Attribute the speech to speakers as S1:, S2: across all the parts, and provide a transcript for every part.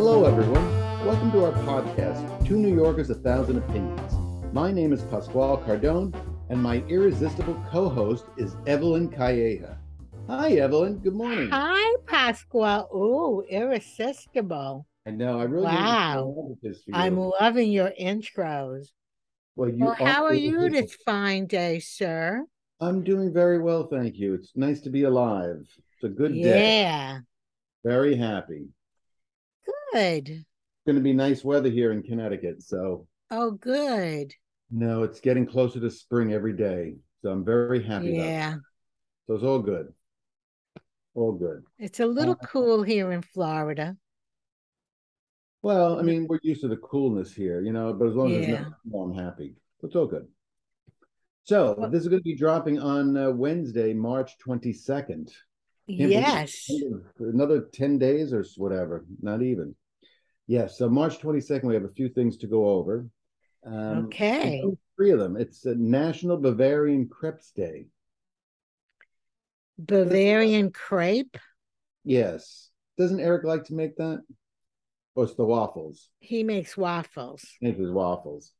S1: Hello, everyone. Welcome to our podcast, Two New Yorkers, A Thousand Opinions. My name is Pasquale Cardone, and my irresistible co host is Evelyn Calleja. Hi, Evelyn. Good morning.
S2: Hi, Pasqua. Ooh, irresistible.
S1: I know. I really
S2: Wow.
S1: wanted this for you.
S2: I'm loving your intros.
S1: well, you
S2: well, how are you
S1: irresistible.
S2: this fine day, sir?
S1: I'm doing very well, thank you. It's nice to be alive. It's a good day.
S2: yeah,
S1: Very happy.
S2: good.
S1: It's going to be nice weather here in Connecticut. So,
S2: Oh, good.
S1: no, it's getting closer to spring every day. So, I'm very happy about that.
S2: yeah,
S1: So, it's all good. All good.
S2: it's a little cool here in Florida.
S1: Well, I mean, we're used to the coolness here, you know, but as long as it's
S2: Yeah.
S1: not, cool, I'm happy. It's all good. So
S2: Well-
S1: this is going to be dropping on uh, Wednesday, March 22nd. Can't believe it.
S2: yes.
S1: Another 10 days or s- whatever, not even. Yes. so March 22nd, we have a few things to go over. Um,
S2: Okay.
S1: there's Three of them. It's uh, National Bavarian Crepes Day.
S2: Bavarian crepe.
S1: Yes. Doesn't Eric like to make that? Or it's the waffles.
S2: He makes waffles.
S1: It was waffles.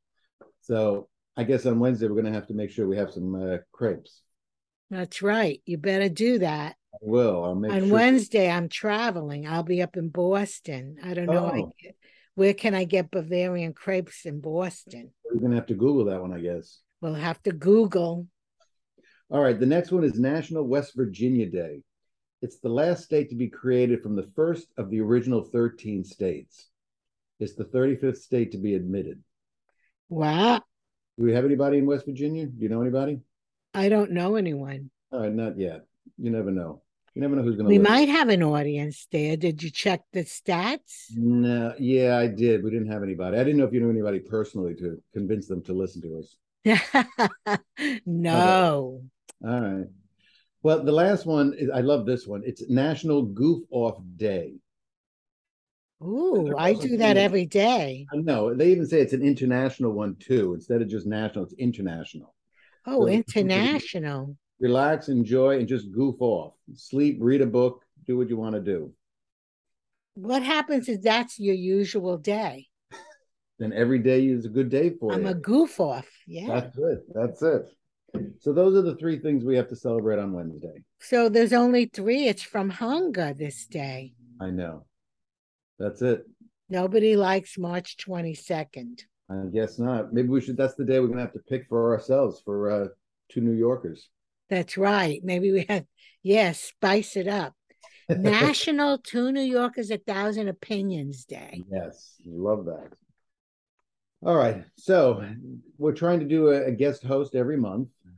S1: So I guess on Wednesday we're going to have to make sure we have some uh, crepes.
S2: That's right. You better do that.
S1: I will. I'll make
S2: On
S1: sure.
S2: Wednesday, I'm traveling. I'll be up in Boston. I don't know. I
S1: Oh.
S2: get- where can I get Bavarian crepes in Boston?
S1: We're going to have to Google that one, I guess.
S2: We'll have to Google.
S1: All right. The next one is National West Virginia Day. It's the last state to be created from the first of the original 13 states. It's the 35th state to be admitted.
S2: Wow.
S1: Do we have anybody in West Virginia? Do you know anybody?
S2: I don't know anyone.
S1: All right, not yet. You never know. You never know who's going to
S2: We might have an audience there. Did you check the stats?
S1: No, yeah, I did. We didn't have anybody. I didn't know if you knew anybody personally to convince them to listen to us.
S2: no.
S1: All right. Well, the last one is I love this one. It's National Goof Off Day.
S2: Ooh,
S1: There
S2: I
S1: wasn't
S2: do that
S1: any.
S2: every day.
S1: I know they even say it's an international one too. Instead of just national, it's international.
S2: Oh,
S1: Really?
S2: international.
S1: Relax, enjoy, and just goof off. Sleep, read a book, do what you want to do.
S2: What happens if that's your usual day?
S1: Then every day is a good day for
S2: I'm
S1: you.
S2: a goof off. Yeah.
S1: That's it. That's it. So those are the three things we have to celebrate on Wednesday.
S2: So there's only three. It's from hunger this day.
S1: I know. That's it.
S2: Nobody likes March 22nd.
S1: I guess not. Maybe we should. That's the day we're gonna have to pick for ourselves for uh, two New Yorkers.
S2: That's right. Maybe we have, yes, spice it up. National Two New Yorkers, A Thousand Opinions Day.
S1: Yes, love that. All right, so we're trying to do a, a guest host every month. and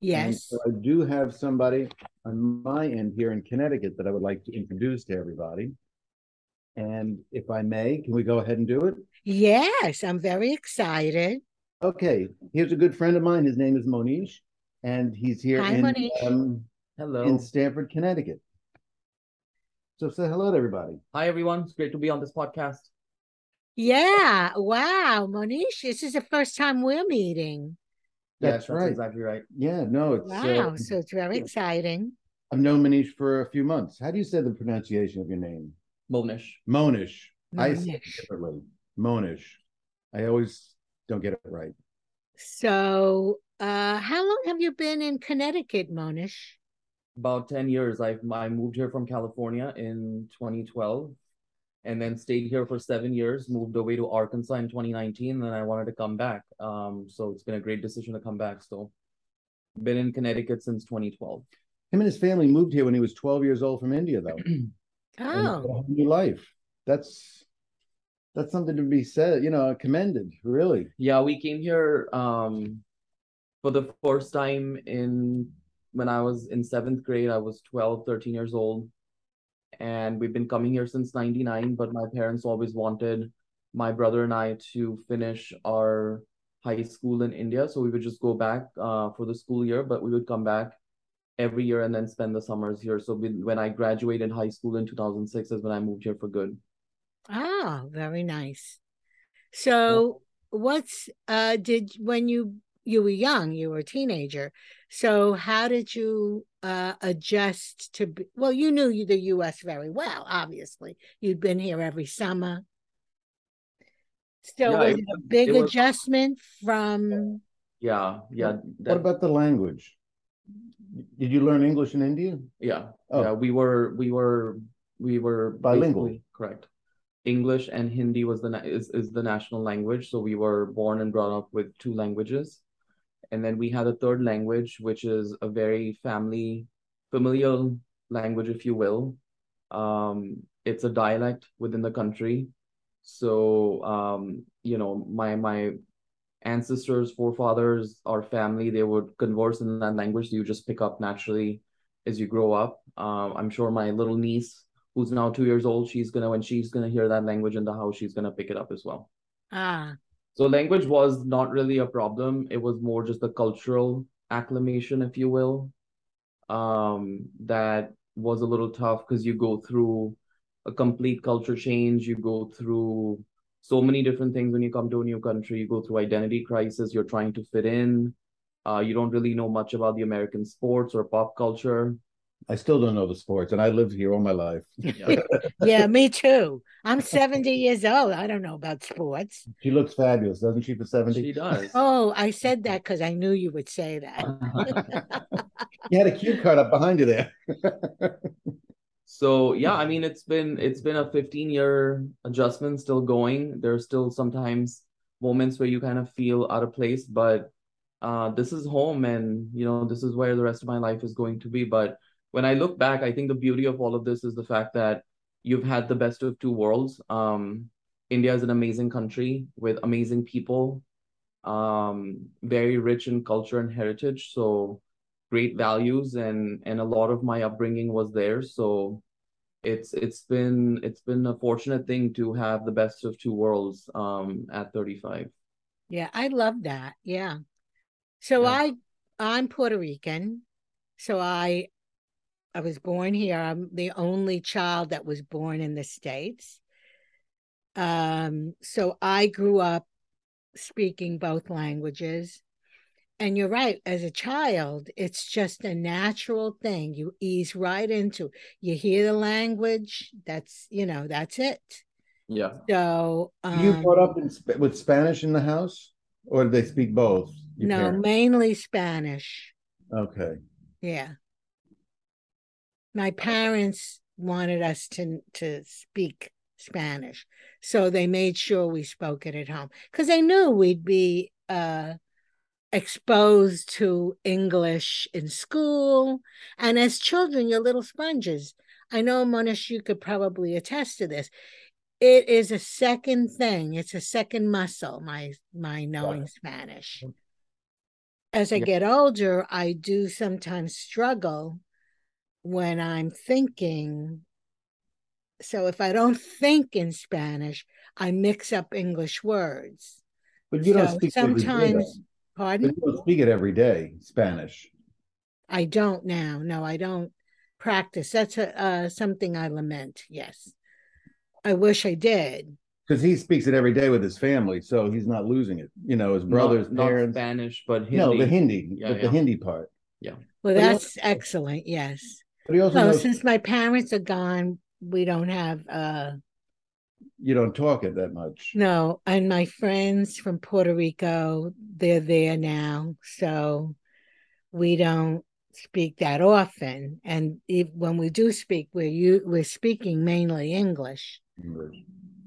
S2: Yes.
S1: so I do have somebody on my end here in Connecticut that I would like to introduce to everybody. And if I may, can we go ahead and do it?
S2: Yes. I'm very excited.
S1: Okay, here's a good friend of mine. His name is Monish, and he's here
S2: Hi,
S1: in
S2: Monish.
S1: um,
S3: Hello.
S1: in Stamford, Connecticut. So say hello to everybody.
S3: Hi, everyone. It's great to be on this podcast.
S2: Yeah. Wow. Monish, this is the first time we're meeting.
S1: That's right.
S3: exactly right.
S1: Yeah, no, it's uh,
S2: Wow. So it's very exciting.
S1: I've known Manish for a few months. How do you say the pronunciation of your name?
S3: Monish.
S1: Monish. I say it
S2: Monish.
S1: differently. Monish. I always don't get it right.
S2: So, uh, how long have you been in Connecticut, Monish?
S3: About 10 years. I, I moved here from California in 2012 and then stayed here for seven years, moved away to Arkansas in 2019, and I wanted to come back. Um, so it's been a great decision to come back. So been in Connecticut since 2012.
S1: Him and his family moved here when he was 12 years old from India, though. And it's a
S2: Oh,
S1: whole new life. That's that's something to be said, you know, commended, really.
S3: Yeah, we came here um for the first time in when I was in seventh grade. I was 12, 13 years old. And we've been coming here since 99, but my parents always wanted my brother and I to finish our high school in India. So we would just go back uh, for the school year, but we would come back every year and then spend the summers here. So when when I graduated high school in 2006 is when I moved here for good.
S2: oh, very nice. So, what's uh, did when you you were young, you were a teenager. So, how did you uh, adjust to? Be, well, you knew the U.S. very well. Obviously, you'd been here every summer. So
S3: Yeah,
S2: was
S3: it
S2: it a
S3: was-
S2: big
S3: it was-
S2: adjustment from
S3: Yeah, yeah,
S1: What
S3: that-
S1: about the language? Did you learn English in India?
S3: yeah,
S1: Oh.
S3: yeah. We were, we were, we were
S1: Bilingual.
S3: basically- Correct. English and Hindi was the na- is is the national language, so we were born and brought up with two languages, and then we had a third language, which is a very family familial language, if you will. Um, it's a dialect within the country, so um, you know, my my ancestors, forefathers, our family, they would converse in that language. So you just pick up naturally as you grow up. Um, I'm sure my little niece, who's now two years old, she's gonna when she's gonna hear that language in the house, she's gonna pick it up as well.
S2: ah
S3: So language was not really a problem. It was more just the cultural acclimation, if you will, um, that was a little tough because you go through a complete culture change. You go through so many different things when you come to a new country. You go through identity crisis. You're trying to fit in. Uh, you don't really know much about the American sports or pop culture.
S1: I still don't know the sports, and I lived here all my life.
S2: yeah me too i'm 70 years old i don't know about sports
S1: She looks fabulous, doesn't she? For
S3: she
S1: seventy,
S3: does.
S2: oh i said that because i knew you would say that
S1: Oh. you had a cue card up behind you there.
S3: so yeah i mean it's been it's been a 15 year adjustment still going there's still sometimes moments where you kind of feel out of place but uh this is home and you know this is where the rest of my life is going to be but when i look back i think the beauty of all of this is the fact that you've had the best of two worlds um india is an amazing country with amazing people um very rich in culture and heritage so great values and and a lot of my upbringing was there so it's it's been it's been a fortunate thing to have the best of two worlds um at 35
S2: Yeah, I love that. Yeah. So
S3: Yeah.
S2: I I'm Puerto Rican. So I I was born here. I'm the only child that was born in the States. Um so I grew up speaking both languages. And you're right, as a child, it's just a natural thing. You ease right into. it. You hear the language, that's, you know, that's it.
S3: yeah
S2: So um,
S1: you brought up in, Sp- with Spanish in the house, or did they speak both? Your
S2: no,
S1: parents?
S2: mainly Spanish.
S1: Okay.
S2: Yeah. My parents wanted us to to speak Spanish. So they made sure we spoke it at home cuz they knew we'd be uh exposed to English in school and as children you're little sponges. I know Monish you could probably attest to this. It is a second thing. It's a second muscle my my knowing Spanish as I
S3: Yeah.
S2: get older, I do sometimes struggle when I'm thinking. So if I don't think in Spanish, I mix up English words.
S1: But you don't
S2: So
S1: speak every day, though.
S2: sometimes,
S1: But
S2: pardon?
S1: you don't speak it every day, Spanish.
S2: I don't now. No, I don't practice. That's a, uh, something I lament. Yes. I wish I did.
S1: Because he speaks it every day with his family, so he's not losing it. You know, his brothers,
S3: not, not
S1: parents.
S3: spanish but hindi.
S1: No, the Hindi,
S3: Yeah,
S1: but the
S3: yeah.
S1: Hindi part.
S2: Well,
S1: But you-
S2: that's excellent. Yes.
S1: But he also
S2: No,
S1: knows
S2: Oh, since my parents are gone, we don't have uh
S1: you don't talk it that much.
S2: No, and my friends from Puerto Rico, they're there now. So we don't speak that often. And if, when we do speak, we're, u- we're speaking mainly English.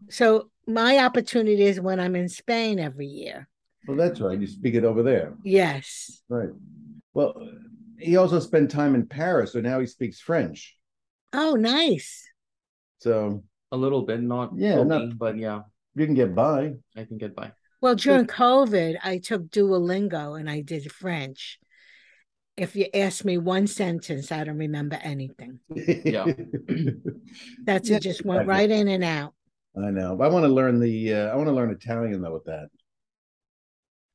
S2: So my opportunity is when I'm in Spain every year.
S1: Well, that's right. You speak it over there,
S2: Yes.
S1: right? Well, he also spent time in Paris, so now he speaks French.
S2: Oh, nice.
S1: So
S3: a little bit not
S1: Yeah,
S3: fully,
S1: not-
S3: but yeah
S1: you can get by.
S3: i can get by
S2: Well, during COVID, I took Duolingo and I did French. If you ask me one sentence, I don't remember anything.
S1: Yeah,
S2: That's
S1: Yeah,
S2: it, just went
S1: exactly.
S2: right in and out.
S1: I know. I want to learn the. Uh, I want to learn Italian though. With that,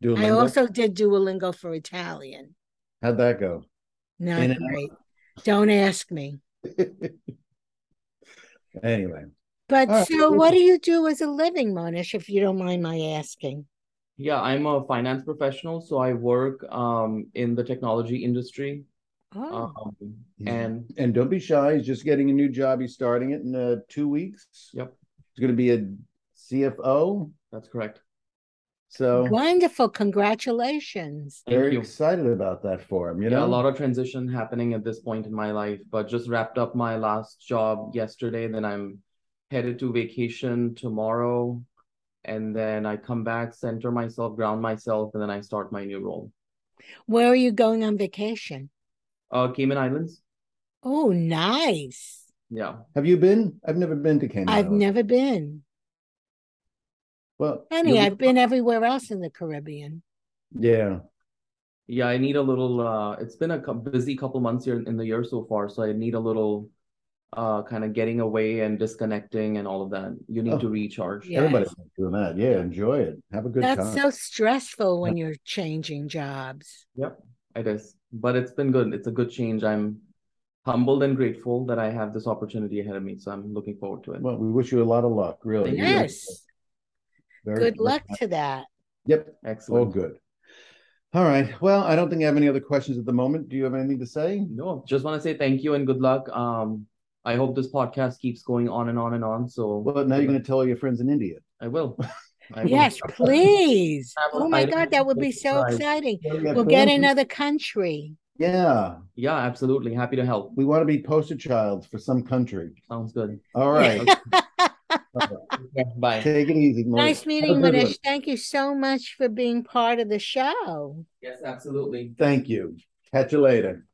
S1: Duolingo.
S2: I also did Duolingo for Italian.
S1: How's that go?
S2: Not
S1: In and out.
S2: great. Don't ask me.
S1: anyway,
S2: But
S1: All right.
S2: so, what do you do as a living, Monish, if you don't mind my asking?
S3: yeah i'm a finance professional so i work um in the technology industry
S2: Oh,
S3: um,
S1: He's-
S3: and
S1: and don't be shy. He's just getting a new job. He's starting it in uh, two weeks.
S3: Yep.
S1: He's going to be a CFO.
S3: That's correct.
S1: So
S2: Wonderful. Congratulations.
S3: Thank
S1: very
S3: you.
S1: excited about that for him. You
S3: yeah,
S1: know,
S3: a lot of transition happening at this point in my life, but just wrapped up my last job yesterday. Then I'm headed to vacation tomorrow. And then I come back, center myself, ground myself, and then I start my new role.
S2: Where are you going on vacation?
S3: Uh, Cayman Islands.
S2: Oh, nice.
S3: Yeah.
S1: have you been? I've never been to Cayman.
S2: I've
S1: Islands.
S2: never been.
S1: Well,
S2: Funny,
S1: you-
S2: I've been everywhere else in the Caribbean.
S1: Yeah.
S3: Yeah, I need a little uh it's been a cou- busy couple months here in, in the year so far, so I need a little uh kind of getting away and disconnecting and all of that. You need
S1: Oh.
S3: to recharge.
S2: Yeah.
S1: Everybody's doing that. Yeah, enjoy it. Have a good
S2: That's
S1: time.
S2: so stressful when you're changing jobs.
S3: It is. But it's been good. It's a good change. I'm humbled and grateful that I have this opportunity ahead of me, so I'm looking forward to it.
S1: well, we wish you a lot of luck, really.
S2: Yes.
S1: Very-
S2: Good luck to that.
S1: Yep. All
S3: Excellent.
S1: good. All right. Well, I don't think I have any other questions at the moment. Do you have anything to say?
S3: No, just want to say thank you and good luck. Um, I hope this podcast keeps going on and on and on. So
S1: Well, now you're going to tell all your friends in India.
S3: I will. I will.
S2: Yes, please.
S3: Have a
S2: Oh my
S3: fight.
S2: God, that would be so
S3: Right.
S2: exciting.
S1: Yeah,
S2: We'll get another country.
S1: Yeah,
S3: Yeah, absolutely. Happy to help.
S1: we want to be poster child for some country.
S3: Sounds good.
S1: All right.
S3: Okay, Bye.
S1: Take it easy. Maurice.
S2: Nice meeting
S1: Have a good
S2: Manish.
S1: Oh, one.
S2: Thank you so much for being part of the show.
S3: Yes, absolutely.
S1: Thank you. Catch you later.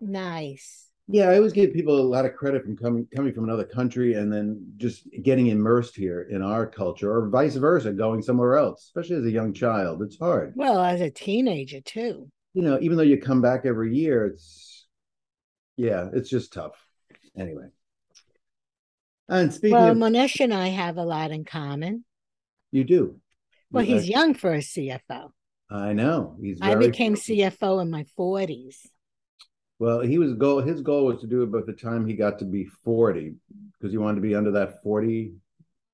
S2: Nice.
S1: Yeah, I always give people a lot of credit from coming coming from another country and then just getting immersed here in our culture, or vice versa, going somewhere else, especially as a young child. It's hard,
S2: Well, as a teenager too.
S1: you know. Even though you come back every year, it's yeah, it's just tough. Anyway, and speaking
S2: Well,
S1: of,
S2: Monish and I have a lot in common.
S1: you do.
S2: Well,
S1: You-
S2: he's young for a CFO.
S1: I, I know he's.
S2: I
S1: very-
S2: became CFO in my forties.
S1: Well, he was goal. His goal was to do it by the time he got to be forty, because he wanted to be under that forty.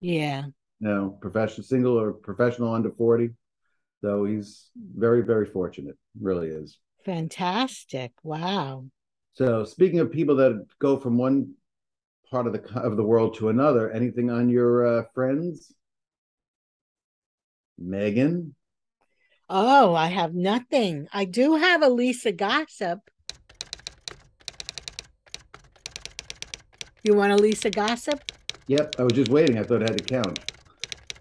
S2: Yeah.
S1: No, professional, single or professional under forty. So he's very, very fortunate. Really is.
S2: Fantastic. Wow.
S1: So speaking of people that go from one part of the co- of the world to another, anything on your uh, friends? Megan,
S2: Oh, I have nothing. I do have a Lisa gossip. You want a Lisa gossip?
S1: Yep, I was just waiting. I thought I had to count.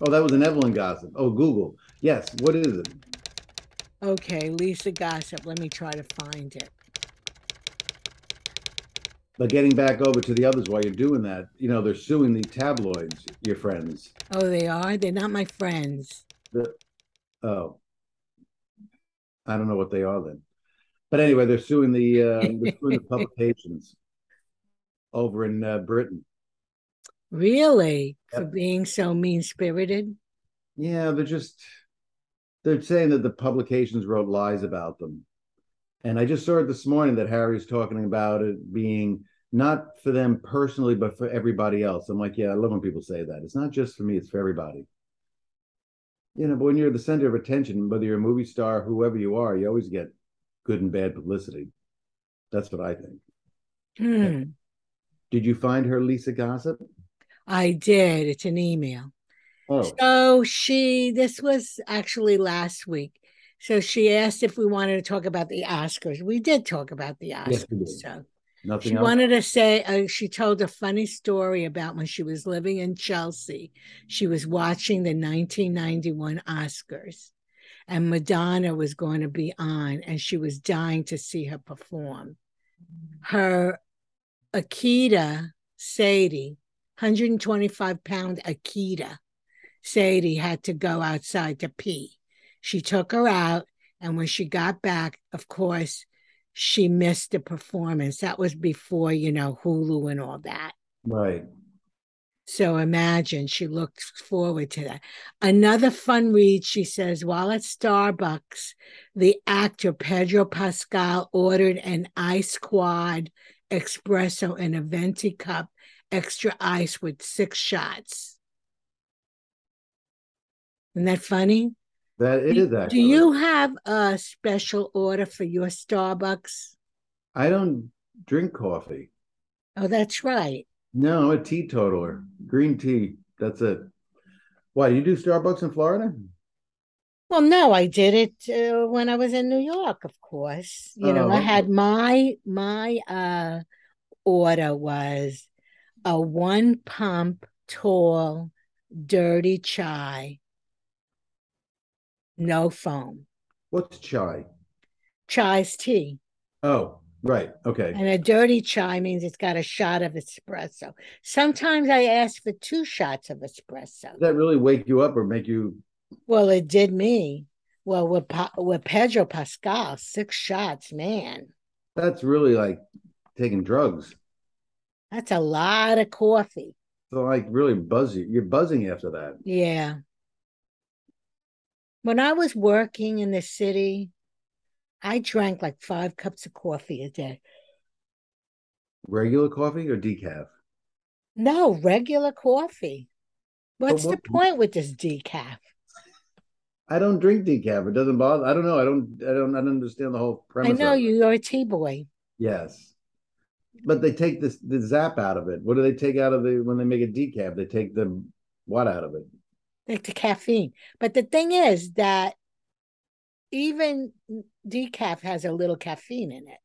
S1: Oh, that was an Evelyn gossip. Oh, Google. Yes. What is it?
S2: Okay, Lisa gossip. Let me try to find it.
S1: But getting back over to the others while you're doing that, you know, they're suing the tabloids, your friends.
S2: Oh, they are? They're not my friends.
S1: Oh, I don't know what they are then. But anyway, they're suing the uh, they're suing the publications over in uh, Britain.
S2: Really? For
S1: Yep.
S2: being so mean spirited?
S1: Yeah, they're just they're saying that the publications wrote lies about them. And I just saw it this morning that Harry's talking about it being not for them personally, but for everybody else. I'm like, yeah, I love when people say that. It's not just for me, it's for everybody. You know, but when you're the center of attention, whether you're a movie star, whoever you are, you always get good and bad publicity. That's what I think.
S2: Hmm.
S1: Did you find her Lisa gossip?
S2: I did. It's an email.
S1: Oh,
S2: So she, this was actually last week. So she asked if we wanted to talk about the Oscars. We did talk about the Oscars.
S1: Yes, we did.
S2: So
S1: nothing
S2: she
S1: else.
S2: wanted to say uh, she told a funny story about when she was living in Chelsea. She was watching the 1991 Oscars, and Madonna was going to be on, and she was dying to see her perform. Her Akita Sadie, 125 pound Akita Sadie, had to go outside to pee. She took her out, and when she got back, of course, she missed the performance. That was before, you know, Hulu and all that.
S1: right.
S2: So imagine she looked forward to that. Another fun read, she says, while at Starbucks, the actor Pedro Pascal ordered an ice quad espresso in a venti cup, extra ice with six shots. Isn't that funny?
S1: That it
S2: Do-
S1: is actually.
S2: Do you have a special order for your Starbucks?
S1: I don't drink coffee.
S2: Oh, that's right.
S1: No, I'm a teetotaler. Green tea. That's it. Why do you do Starbucks in Florida?
S2: Well, no, I did it uh, when I was in New York, of course. You know, I
S3: Oh.
S2: had my my uh order was a one pump tall dirty chai, no foam,
S1: What's chai?
S2: chai's tea,
S1: Oh, right. Okay.
S2: and a dirty chai means it's got a shot of espresso. Sometimes I ask for two shots of espresso.
S1: Does that really wake you up or make you?
S2: Well, it did me. Well, with pa- with Pedro Pascal, six shots, man,
S1: That's really like taking drugs.
S2: that's a lot of coffee.
S1: So like really buzzy. You're buzzing after that.
S2: Yeah. When I was working in the city, I drank like five cups of coffee a day.
S1: Regular coffee or decaf?
S2: No, regular coffee. What's the
S1: what-
S2: point with this decaf?
S1: I don't drink decaf. It doesn't bother. I don't know. I don't. I don't. I don't understand the whole
S2: I
S1: premise.
S2: know
S1: of it.
S2: you are a tea boy.
S1: Yes, but they take this the zap out of it. What do they take out of the when they make a decaf? They take the what out of it?
S2: like the caffeine. But the thing is that even decaf has a little caffeine in it.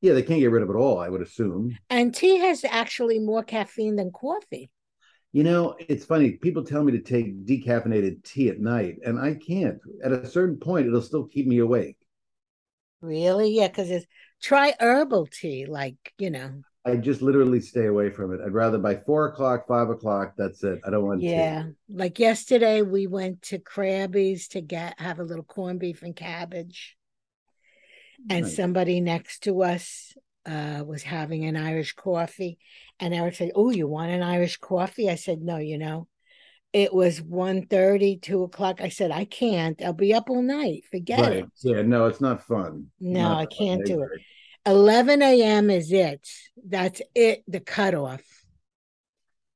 S1: Yeah, they can't get rid of it all. I would assume.
S2: And tea has actually more caffeine than coffee.
S1: You know, it's funny. People tell me to take decaffeinated tea at night, and I can't. At a certain point, it'll still keep me awake.
S2: Really? Yeah, because it's try herbal tea, like, you know.
S1: I just literally stay away from it. I'd rather by four o'clock, five o'clock. That's it. I don't want. tea.
S2: Yeah. Like yesterday we went to Krabby's to get have a little corned beef and cabbage. And
S1: Nice.
S2: somebody next to us uh, was having an Irish coffee. And Eric said, Oh, you want an Irish coffee? I said, No, you know. It was 1 2 o'clock. I said, I can't. I'll be up all night. Forget
S1: Right.
S2: it.
S1: Yeah. No, it's not fun.
S2: No,
S1: Not
S2: I
S1: fun.
S2: can't do it.
S1: agree.
S2: 11 a.m. is it. That's it, the cutoff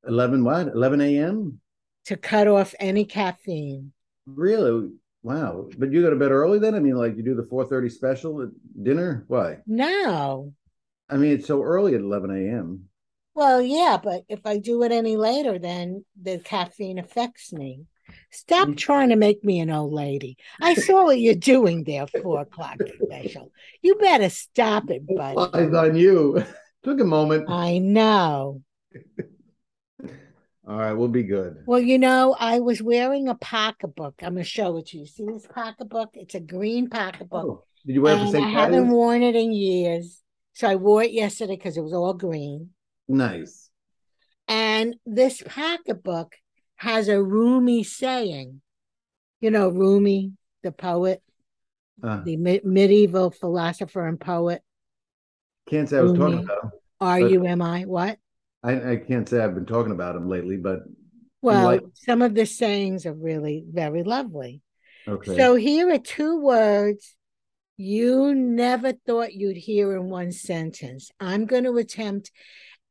S1: Eleven what? Eleven a.m.
S2: to cut off any caffeine.
S1: Really? Wow. But you go to bed early then? I mean, like you do the four thirty special at dinner? Why?
S2: No.
S1: I mean, it's so early at eleven a.m.
S2: Well, yeah, but if I do it any later, then the caffeine affects me. Stop
S3: Mm.
S2: trying to make me an old lady. I saw what you're doing there, four o'clock special. You better stop it, buddy.
S1: Eyes on you. Took a moment.
S2: I know.
S1: All right, we'll be good.
S2: Well, you know, I was wearing a pocketbook. I'm going to show it to you. See this pocketbook? It's a green pocketbook.
S1: Oh, did you wear it for
S2: and
S1: St.
S2: um, I haven't
S1: Patty's?
S2: worn it in years. So I wore it yesterday because it was all green.
S1: Nice.
S2: And this pocketbook has a Rumi saying. You know, Rumi, the poet,
S1: Uh,
S2: the me- medieval philosopher and poet,
S1: can't say I was talking
S2: Rumi.
S1: about him.
S2: R U M I, what?
S1: I, I can't say I've been talking about him lately, but
S2: Well,
S1: like-
S2: some of the sayings are really very lovely.
S1: okay.
S2: So here are two words you never thought you'd hear in one sentence. I'm going to attempt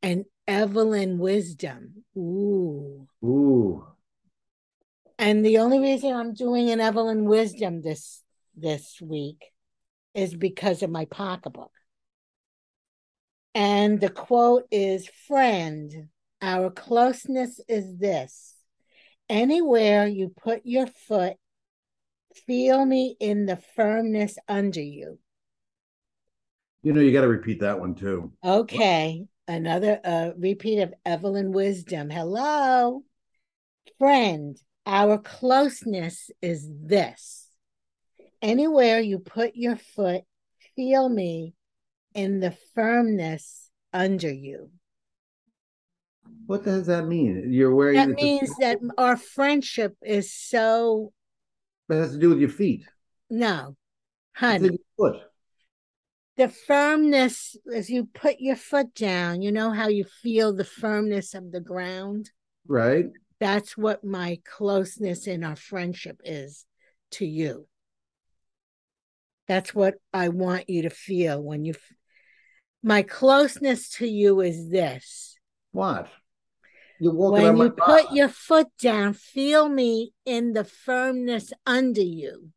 S2: an Evelyn wisdom. Ooh.
S1: Ooh.
S2: And the only reason I'm doing an Evelyn Wisdom this this week is because of my pocketbook. And the quote is friend, our closeness is this. Anywhere you put your foot, feel me in the firmness under you.
S1: You know, you got to repeat that one too.
S2: Okay, another uh, repeat of Evelyn Wisdom. Hello, friend. Our closeness is this. Anywhere you put your foot, feel me in the firmness under you.
S1: What does that mean? You're wearing
S2: That
S1: it's a-
S2: means that our friendship is so
S1: it has to do with your feet.
S2: no,
S1: It's
S2: honey.
S1: in your foot.
S2: the firmness as you put your foot down. You know how you feel the firmness of the ground.
S1: Right?
S2: that's what my closeness in our friendship is to you. That's what I want you to feel when you. f- My closeness to you is this.
S1: What? You're walking
S2: When
S1: on my
S2: you put
S1: body.
S2: your foot down, feel me in the firmness under you.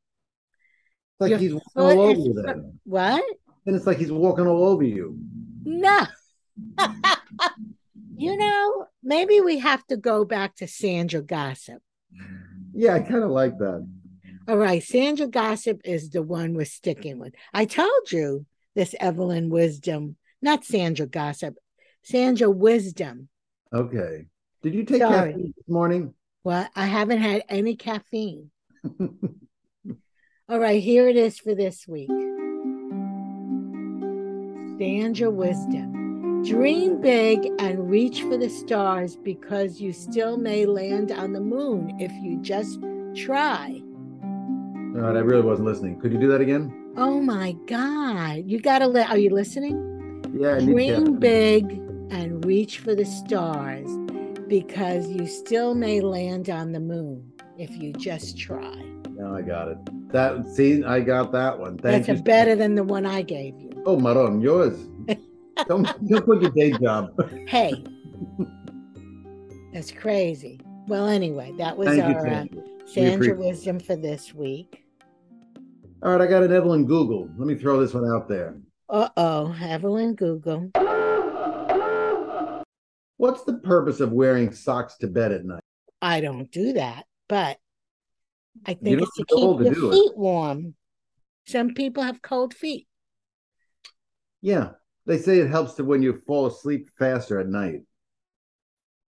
S1: It's like
S2: your
S1: he's walking all
S2: foot
S1: over
S2: is
S1: you
S2: fir-
S1: then.
S2: What?
S1: And it's like he's walking all over you.
S2: No. you know, maybe we have to go back to Sandra Gossip.
S1: Yeah, I kind of like that.
S2: All right, Sandra Gossip is the one we're sticking with. I told you this Evelyn Wisdom, not Sandra Gossip, Sandra Wisdom.
S1: Okay. Did you take
S2: Sorry.
S1: caffeine this morning?
S2: Well, I haven't had any caffeine. All right, here it is for this week. Stand your wisdom. Dream big and reach for the stars because you still may land on the moon if you just try.
S1: All right, I really wasn't listening. Could you do that again?
S2: Oh my God. You got to let, are you listening?
S1: Yeah, I need
S2: Dream
S1: caffeine.
S2: big and reach for the stars because you still may land on the moon if you just try.
S1: No, I got it. That see, I got that one. Thank
S2: That's
S1: you.
S2: a better than the one I gave you.
S1: Oh, Maron, yours. don't don't quit your day job.
S2: Hey, that's crazy. Well, anyway, that was
S1: Thank you,
S2: our uh,
S1: thank you.
S2: Sandra
S1: appreciate it.
S2: wisdom for this week.
S1: All right, I got an Evelyn Google. Let me throw this one out there.
S2: Uh oh, Evelyn Google.
S1: What's the purpose of wearing socks to bed at night?
S2: I don't do that, but I
S1: You
S2: think
S1: don't
S2: it's to
S1: have to
S2: keep
S1: hold to
S2: your
S1: do it.
S2: feet warm. Some people have cold feet.
S1: Yeah, they say it helps to when you fall asleep faster at night.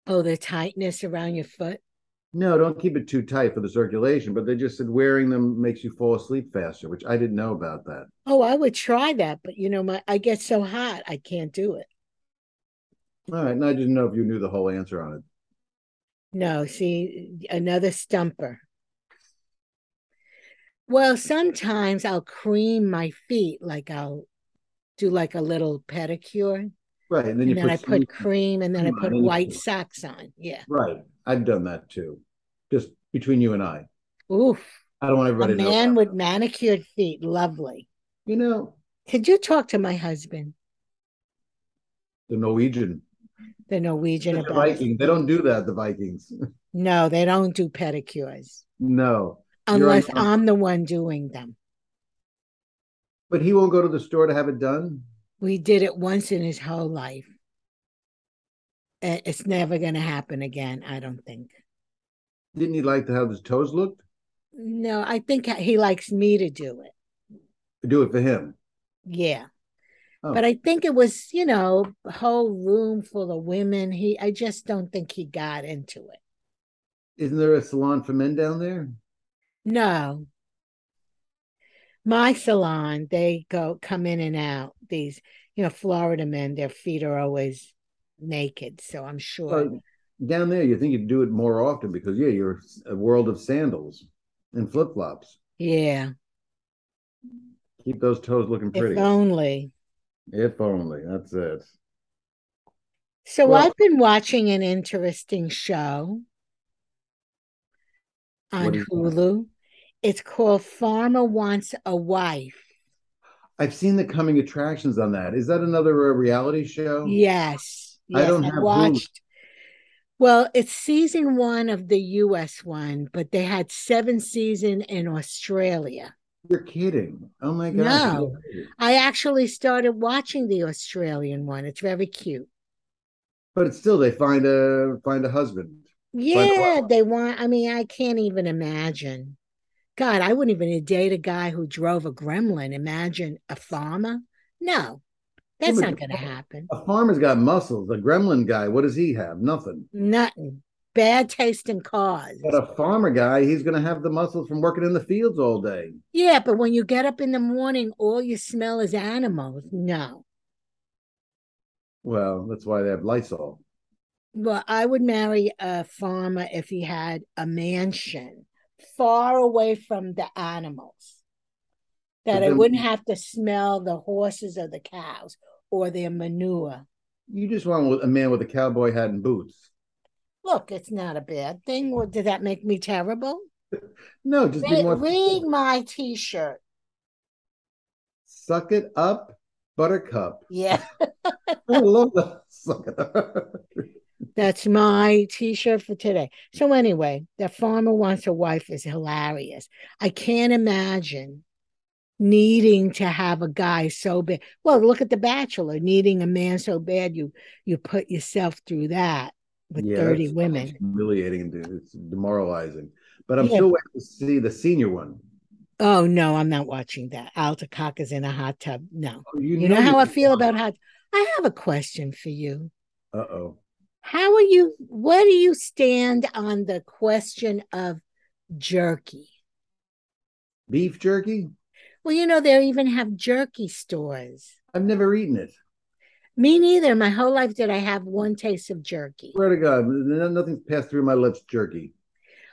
S2: Oh, the tightness around your foot.
S1: No, don't keep it too tight for the circulation, but they just said wearing them makes you fall asleep faster, which I didn't know about that.
S2: Oh, I would try that, but you know, my I get so hot, I can't do it.
S1: All right, and I didn't know if you knew the whole answer on it.
S2: No, see, another stumper. Well, sometimes I'll cream my feet, like I'll do like a little pedicure,
S1: Right, and then you
S2: and then I
S1: put, some-
S2: put cream, and then I
S1: cream on,
S2: put
S1: and you
S2: white
S1: put-
S2: socks on. Yeah,
S1: right. I've done that too, just between you and I.
S2: oof,
S1: I don't want
S2: a
S1: everybody to know.
S2: man
S1: about
S2: with
S1: it.
S2: manicured feet, lovely.
S1: you know
S2: Could you talk to my husband,
S1: the Norwegian,
S2: the Norwegian,
S1: the
S2: about? his-
S1: Vikings. They don't do that. The Vikings.
S2: No, they don't do pedicures
S1: no, You're
S2: unless
S1: uncomfortable.
S2: I'm the one doing them.
S1: but he won't go to the store to have it done.
S2: We did it once in his whole life. And It's never going to happen again, I don't think.
S1: Didn't he like to have his toes looked?
S2: No, I think he likes me to do it.
S1: Do it for him.
S2: Yeah.
S1: Oh.
S2: But I think it was, you know, a whole room full of women. He I just don't think he got into it.
S1: Isn't there a salon for men down there?
S2: No. My salon, they go come in and out. These, you know, Florida men, their feet are always naked. So I'm sure.
S1: Well, down there, you think you'd do it more often because yeah, you're a world of sandals and flip flops.
S2: Yeah.
S1: Keep those toes looking pretty.
S2: If only.
S1: If only. That's it.
S2: So
S1: Well-
S2: I've been watching an interesting show on
S1: What is that?
S2: Hulu. It's called Farmer Wants a Wife.
S1: I've seen the coming attractions on that. Is that another uh, reality show?
S2: Yes.
S1: I
S2: yes,
S1: don't have Hulu.
S2: watched. Well, it's season one of the US one, but they had seven season in Australia.
S1: You're kidding. Oh my gosh.
S2: No. I actually started watching the Australian one. It's very cute.
S1: But it's still they find a find a husband. a
S2: Yeah, they want I mean, I can't even imagine. God, I wouldn't even date a guy who drove a gremlin. Imagine a farmer. No, that's
S1: but-
S2: not gonna happen.
S1: A farmer's got muscles. A gremlin guy, what does he have? Nothing.
S2: Nothing. Bad taste in cars.
S1: But uh, a farmer guy, he's gonna have the muscles from working in the fields all day.
S2: Yeah, but when you get up in the morning, all you smell is animals. No.
S1: Well, that's why they have Lysol.
S2: Well, I would marry a farmer if he had a mansion far away from the animals, that I
S1: then-
S2: wouldn't have to smell the horses or the cows or their manure.
S1: You just want a man with a cowboy hat and boots.
S2: Look, it's not a bad thing. Well, did that make me terrible?
S1: No, just be
S2: Read,
S1: more
S2: read my t shirt.
S1: suck it up, buttercup.
S2: Yeah,
S1: I love that. Suck it up.
S2: that's my t shirt for today. So, anyway, the farmer wants a wife is hilarious. I can't imagine needing to have a guy so bad. Well, look at The Bachelor, needing a man so bad you you put yourself through that with
S1: Yeah,
S2: thirty
S1: that's-
S2: women.
S1: It's humiliating, dude. It's demoralizing. but I'm
S2: Yeah.
S1: still waiting to see the senior one.
S2: Oh no, I'm not watching that. Alta Cock is in a hot tub. No.
S1: Oh,
S2: You know how I feel about
S1: Uh
S2: hot I have a question for you.
S1: oh.
S2: How are you where do you stand on the question of jerky?
S1: Beef jerky?
S2: Well, you know, they even have jerky stores.
S1: I've never eaten it.
S2: Me neither. My whole life did I have one taste of jerky.
S1: Swear to God, no- nothing's passed through my lips jerky.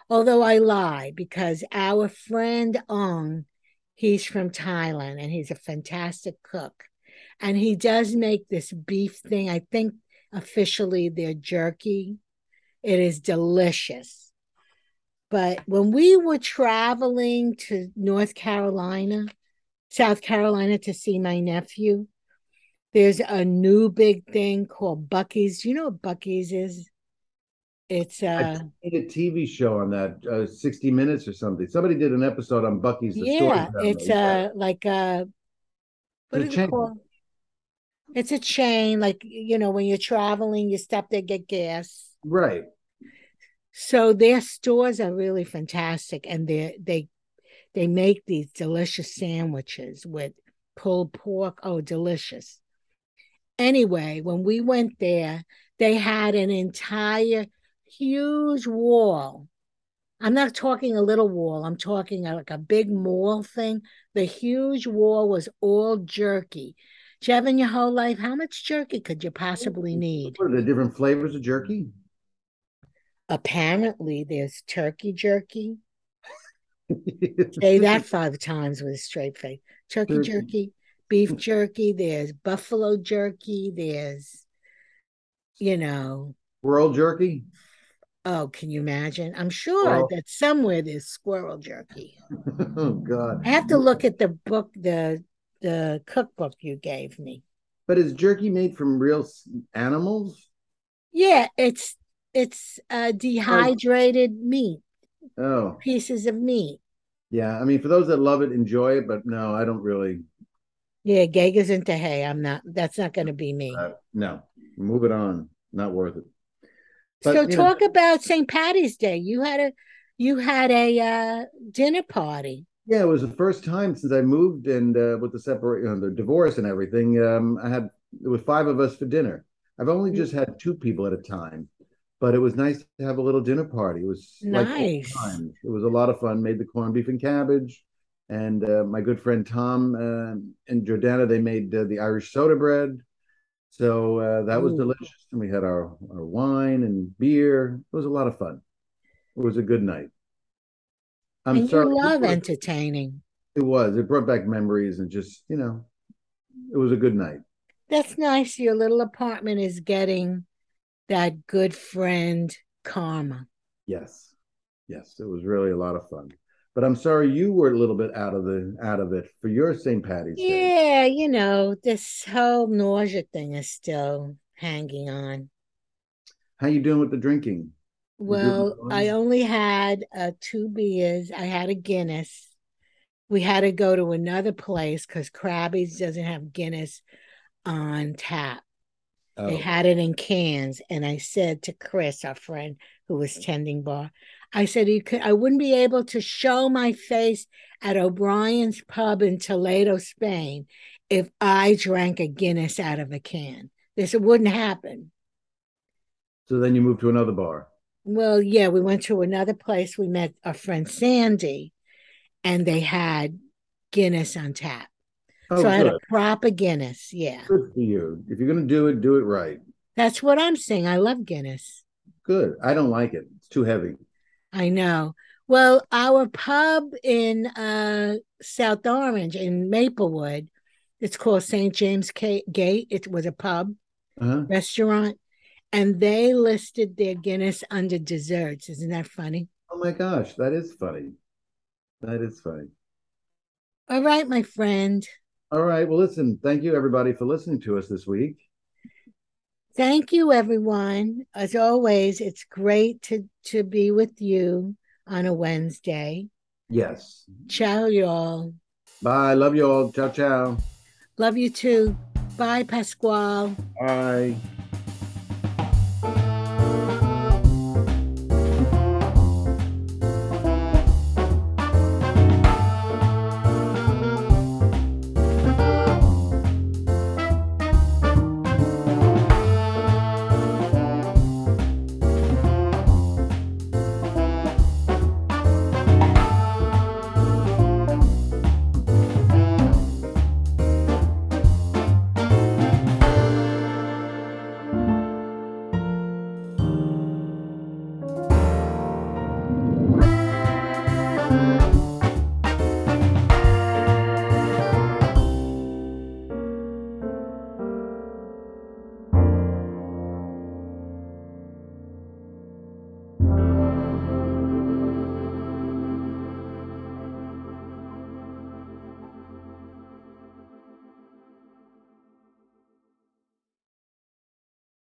S2: Although I lie because our friend Ong, he's from Thailand and he's a fantastic cook. And he does make this beef thing. I think officially they're jerky. It is delicious. But when we were traveling to North Carolina, South Carolina to see my nephew, there's a new big thing called Bucky's. Do you know what Bucky's is? It's uh
S1: I did a TV show on that, uh, 60 Minutes or something. Somebody did an episode on Bucky's. The story
S2: yeah,
S1: family.
S2: it's uh like a what
S1: It's a
S2: is
S1: chain.
S2: it called? It's a chain, like you know, when you're traveling, you stop there, get gas.
S1: right.
S2: So their stores are really fantastic, and they they they make these delicious sandwiches with pulled pork. Oh, delicious! Anyway, when we went there, they had an entire huge wall. I'm not talking a little wall. I'm talking uh, like a big mall thing. The huge wall was all jerky. Jevin, your whole life, how much jerky could you possibly need?
S1: What are the different flavors of jerky?
S2: Apparently, there's turkey jerky. Say that five times with a straight face. Turkey
S1: Turkey.
S2: jerky, beef jerky, there's buffalo jerky, there's, you know,
S1: Squirrel jerky?
S2: oh, can you imagine? I'm sure
S1: Squirrel.
S2: that somewhere there's squirrel jerky.
S1: oh, God.
S2: I have to look at the book, the the cookbook you gave me.
S1: But is jerky made from real s- animals?
S2: Yeah, it's it's uh dehydrated meat,
S1: Oh,
S2: pieces of meat.
S1: yeah. I mean, for those that love it, enjoy it. But no, I don't really.
S2: Yeah, Gagas into hay. I'm not that's not gonna be me.
S1: Uh, no, move it on. Not worth it. but,
S2: so
S1: you know-
S2: talk about St. Patty's Day. You had a you had a uh dinner party.
S1: Yeah, it was the first time since I moved and uh, with the separate, you know, the divorce and everything. Um, I had it was five of us for dinner. I've only
S2: Mm.
S1: just had two people at a time, but it was nice to have a little dinner party. It was like old
S2: Nice.
S1: times. It was a lot of fun. Made the corned beef and cabbage, and uh, my good friend Tom uh, and Jordana they made uh, the Irish soda bread. So uh, that was
S2: Ooh.
S1: delicious, and we had our our wine and beer. It was a lot of fun. It was a good night. I'm
S2: and
S1: sorry.
S2: you
S1: It
S2: love
S1: was-
S2: entertaining.
S1: it was. It brought back memories and just, you know, it was a good night.
S2: That's nice. Your little apartment is getting that good friend karma.
S1: Yes. Yes, it was really a lot of fun. But I'm sorry you were a little bit out of the out of it for your St. Patty's Day.
S2: Yeah, you know, this whole nausea thing is still hanging on.
S1: How you doing with the drinking?
S2: Well, I
S1: one?
S2: only had uh, two beers. I had a Guinness. We had to go to another place because Krabby's doesn't have Guinness on tap. They
S1: Oh,
S2: had it in cans, and I said to Chris, our friend who was tending bar, I said you could I wouldn't be able to show my face at O'Brien's pub in Toledo, Spain, if I drank a Guinness out of a can. This wouldn't happen.
S1: so then you moved to another bar.
S2: Well, yeah, we went to another place. We met our friend Sandy, and they had Guinness on tap.
S1: Oh,
S2: so I had
S1: good.
S2: a proper Guinness. Yeah,
S1: Good for you. If you're gonna do it, do it right.
S2: that's what I'm saying. I love Guinness.
S1: Good. I don't like it. It's too heavy.
S2: I know. Well, our pub in uh, South Orange in Maplewood, it's called St. James Ca- Gate. It was a pub
S1: Uh-huh.
S2: restaurant, and they listed their Guinness under desserts. Isn't that funny?
S1: Oh my gosh, that is funny. That is funny.
S2: All right, my friend.
S1: All right. Well, listen, thank you everybody for listening to us this week.
S2: Thank you, everyone. As always, it's great to, to be with you on a Wednesday.
S1: Yes.
S2: Ciao, y'all.
S1: Bye. Love you all. Ciao, ciao.
S2: Love you too. Bye, Pasquale.
S1: Bye.